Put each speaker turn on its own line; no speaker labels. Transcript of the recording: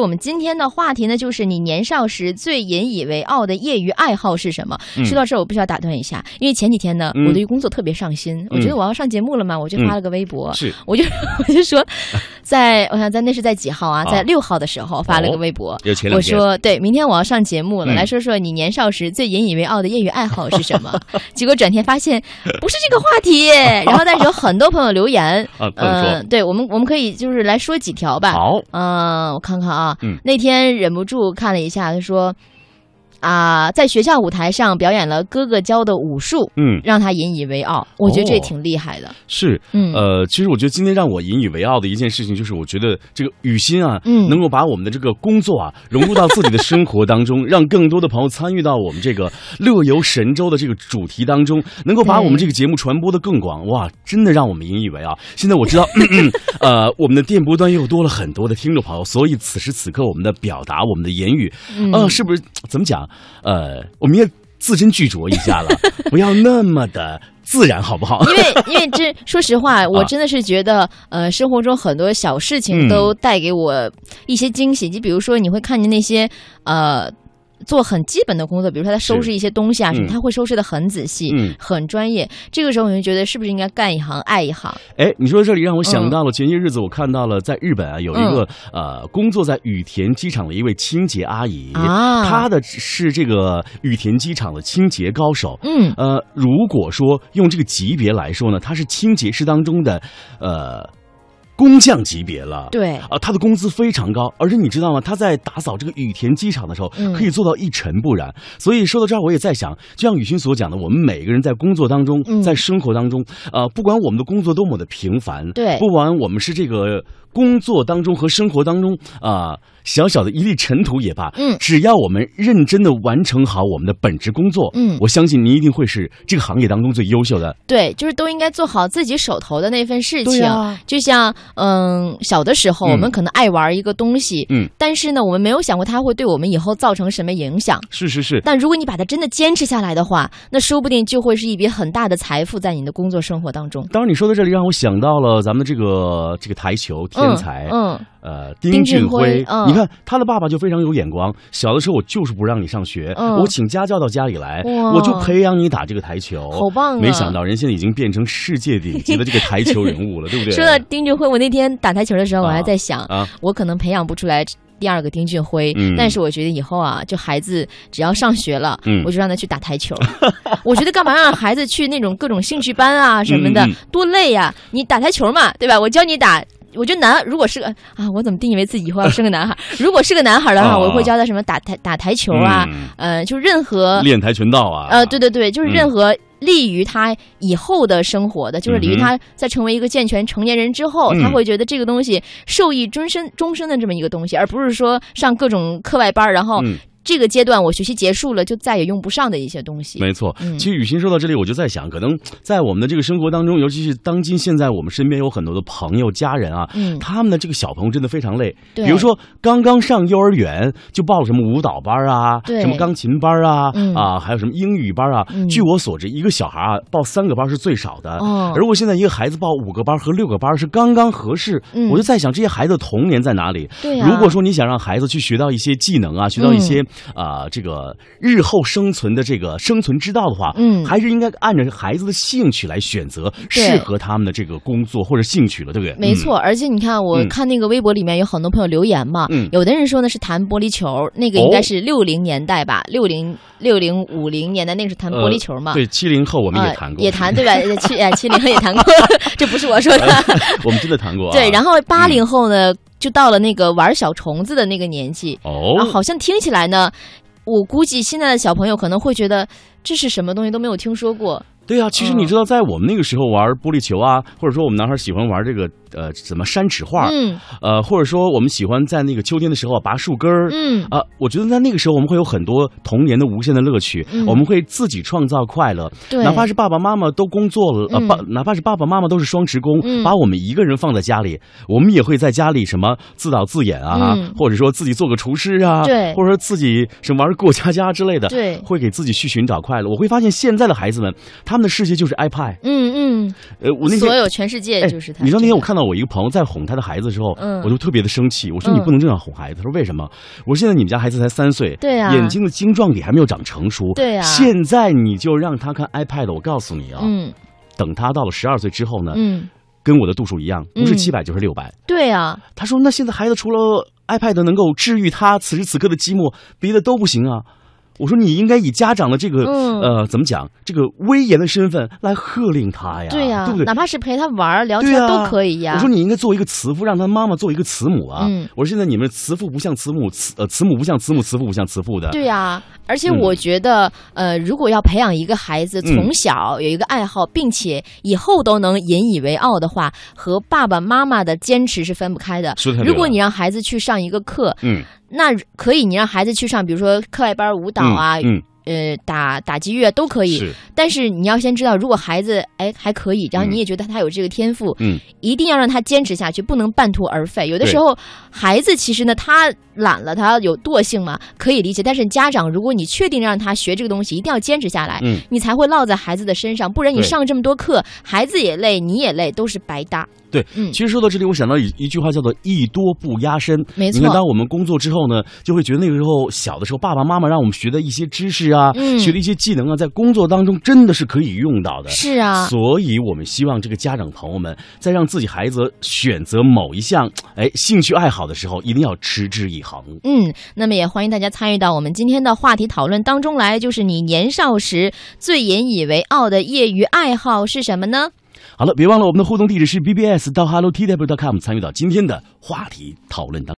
我们今天的话题呢，就是你年少时最引以为傲的业余爱好是什么？
嗯
说到这儿，我必须要打断一下，因为前几天呢，
嗯
我对于工作特别上心，我觉得我要上节目了嘛，我就发了个微博，
是
我就 我就说，在我想在那是在几号啊，
啊
在六号的时候发了个微博。
有前
我
两天，
说对，明天我要上节目了，
嗯
来说说你年少时最引以为傲的业余爱好是什 么？结果转天发现不是这个话题，然后但是有很多朋友留言，
啊，不能
嗯、
说、
对我们我们可以就是来说几条吧。
好，
嗯，我看看啊，
嗯
那天忍不住看了一下，他说啊、在学校舞台上表演了哥哥教的武术，
嗯，
让他引以为傲。我觉得
哦
这挺厉害的，
是，
嗯
呃，其实我觉得今天让我引以为傲的一件事情，就是我觉得这个雨欣啊，
嗯
能够把我们的这个工作啊，融入到自己的生活当中，让更多的朋友参与到我们这个乐游神州的这个主题当中，能够把
对
我们这个节目传播的更广，哇，真的让我们引以为傲。现在我知道， 嗯嗯呃，我们的电波端又多了很多的听众朋友，所以此时此刻我们的表达，我们的言语，
嗯
呃，是不是怎么讲？呃，我们也字斟句酌一下了，不要那么的自然，好不好？
因为因为这 说实话，我
啊
真的是觉得，呃，生活中很多小事情
嗯
都带给我一些惊喜，就比如说你会看见那些呃。做很基本的工作，比如说他收拾一些东西啊什么，
嗯
他会收拾的很仔细，
嗯
很专业。这个时候我就觉得，是不是应该干一行爱一行？
哎，你说这里让我
嗯
想到了前些日子我看到了在日本啊有一个、呃工作在羽田机场的一位清洁阿姨，
啊
她的是这个羽田机场的清洁高手。
嗯，
呃，如果说用这个级别来说呢，她是清洁师当中的呃工匠级别了。
对，
啊，他的工资非常高，而且你知道吗？他在打扫这个羽田机场的时候，
嗯
可以做到一尘不染。所以说到这儿，我也在想，就像雨欣所讲的，我们每个人在工作当中，
嗯
在生活当中，呃，不管我们的工作多么的平凡，
对
不管我们是这个工作当中和生活当中啊、小小的一粒尘土也罢，
嗯
只要我们认真的完成好我们的本职工作，
嗯
我相信您一定会是这个行业当中最优秀的。
对，就是都应该做好自己手头的那份事
对
情。
呀
就像嗯，小的时候我们
嗯
可能爱玩一个东西，
嗯，
但是呢，我们没有想过它会对我们以后造成什么影响。
是是是，
但如果你把它真的坚持下来的话，那说不定就会是一笔很大的财富在你的工作生活当中。
当然你说到这里，让我想到了咱们的这个这个台球天才，
嗯，嗯
呃，
丁
丁
俊
俊
晖
晖，
嗯
你看他的爸爸就非常有眼光。小的时候我就是不让你上学，
嗯
我请家教到家里来，
哇
我就培养你打这个台球，
好棒啊
哦没想到人现在已经变成世界顶 级的这个台球人物了，对不对？
说到丁俊晖，我那天打台球的时候，我还
啊
在想，
啊，
我可能培养不出来第二个丁俊晖，
嗯
但是我觉得以后啊，就孩子只要上学了，
嗯
我就让他去打台球。 我觉得干嘛让孩子去那种各种兴趣班啊什么的，
嗯嗯
多累呀、你打台球嘛，对吧？我教你打。我觉得男，如果是个啊，我怎么定义为自己以后要生个男孩？如果是个男孩的话，
哦
我会教他什么打台打台球啊，
嗯
呃，就任何
练跆拳道啊，
呃，对对对，就是
嗯
任何利于他以后的生活的，就是利于
嗯哼
他在成为一个健全成年人之后，他
嗯
会觉得这个东西受益终身终身的这么一个东西，而不是说上各种课外班儿，然后
嗯
这个阶段我学习结束了就再也用不上的一些东西。
没错
嗯，
其实雨欣说到这里，我就在想，可能在我们的这个生活当中，尤其是当今现在，我们身边有很多的朋友、家人啊，
嗯
他们的这个小朋友真的非常累。
对
比如说刚刚上幼儿园就报了什么舞蹈班啊，
对
什么钢琴班啊，
嗯
啊，还有什么英语班啊。
嗯
据我所知，一个小孩啊报三个班是最少的。
哦
而我现在一个孩子报五个班和六个班是刚刚合适，
嗯
我就在想这些孩子童年在哪里？
对呀啊嗯
如果说你想让孩子去学到一些技能啊，学到一些啊、这个日后生存的这个生存之道的话，
嗯
还是应该按着孩子的兴趣来选择
对
适合他们的这个工作或者兴趣了，对不对？
没
嗯
错，而且你看，我
嗯
看那个微博里面有很多朋友留言嘛，
嗯哦
有的人说呢是弹玻璃球，那个应该是六零年代吧，六零六零五零年代那个是弹玻璃球嘛，
呃对，七零后我们也谈过，
也谈对吧？也七哎七零后也谈过， 这不是我说的。
我们真的谈过、啊。
对，然
后
后八零后呢，就到了那个玩小虫子的那个年纪，然后
哦，
好像听起来呢，我估计现在的小朋友可能会觉得这是什么东西都没有听说过。
对啊，其实
嗯
你知道，在我们那个时候玩玻璃球啊，或者说我们男孩喜欢玩这个呃什么山尺画，
嗯
呃，或者说我们喜欢在那个秋天的时候啊拔树根儿。
嗯，
啊，我觉得在那个时候，我们会有很多童年的无限的乐趣，
嗯
我们会自己创造快乐。
对，
哪怕是爸爸妈妈都工作了，
嗯
呃，爸，哪怕是爸爸妈妈都是双职工，
嗯
把我们一个人放在家里，我们也会在家里什么自导自演啊，
嗯
或者说自己做个厨师啊，
对
或者说自己什么玩过家家之类的，
对
会给自己去寻找快乐。我会发现现在的孩子们，他们的世界就是 iPad。
嗯嗯，
呃，我那天
所有全世界
哎
就是他。
你知道那天我看到我一个朋友在哄他的孩子的时候，
嗯
我就特别的生气，我说
嗯
你不能这样哄孩子。他说为什么？我说现在你们家孩子才三岁，
对啊
眼睛的晶状体还没有长成熟，
对啊
现在你就让他看 iPad，我告诉你啊，
嗯
等他到了十二岁之后呢，
嗯，
跟我的度数一样，不是
嗯
七百就是六百。
对啊，
他说那现在孩子除了 iPad 能够治愈他此时此刻的寂寞，别的都不行啊。我说你应该以家长的这个、
嗯
呃怎么讲这个威严的身份来喝令他哎呀，
对呀、啊
对不对？
哪怕是陪他玩儿聊
对
天
呀，
都可以呀、
我说你应该做一个慈父，让他妈妈做一个慈母啊。
嗯
我说现在你们慈父不像慈母，慈呃慈母不像慈母，慈父不像慈父的。
对呀、而且
嗯
我觉得，呃，如果要培养一个孩子从小有一个爱好，并且以后都能引以为傲的话，和爸爸妈妈的坚持是分不开的。
说得太对了
如果你让孩子去上一个课，
嗯，
那可以，你让孩子去上，比如说课外班、舞蹈啊，
嗯，
呃，打打击乐都可
嗯
以。
是，
但是你要先知道，如果孩子哎还可以，然后
嗯
你也觉得他有这个天赋，
嗯，
一定要让他坚持下去，不能半途而废。有的
对
时候孩子其实呢，他懒了，他有惰性嘛，可以理解。但是家长，如果你确定让他学这个东西，一定要坚持下来，
嗯，
你才会落在孩子的身上，不然你
对
上这么多课，孩子也累，你也累，都是白搭。
对。
嗯
其实说到这里，我想到一一句话叫做“艺多不压身”。
没错
你看，当我们工作之后呢，就会觉得那个时候小的时候，爸爸妈妈让我们学的一些知识啊，
嗯
学的一些技能啊，在工作当中真的是可以用到的。
是啊，
所以，我们希望这个家长朋友们在让自己孩子选择某一项哎兴趣爱好的时候，一定要持之以恒。
嗯，那么也欢迎大家参与到我们今天的话题讨论当中来，就是你年少时最引以为傲的业余爱好是什么呢？
好了，别忘了我们的互动地址是 bbs 到 hello t w c o m 参与到今天的话题讨论当中。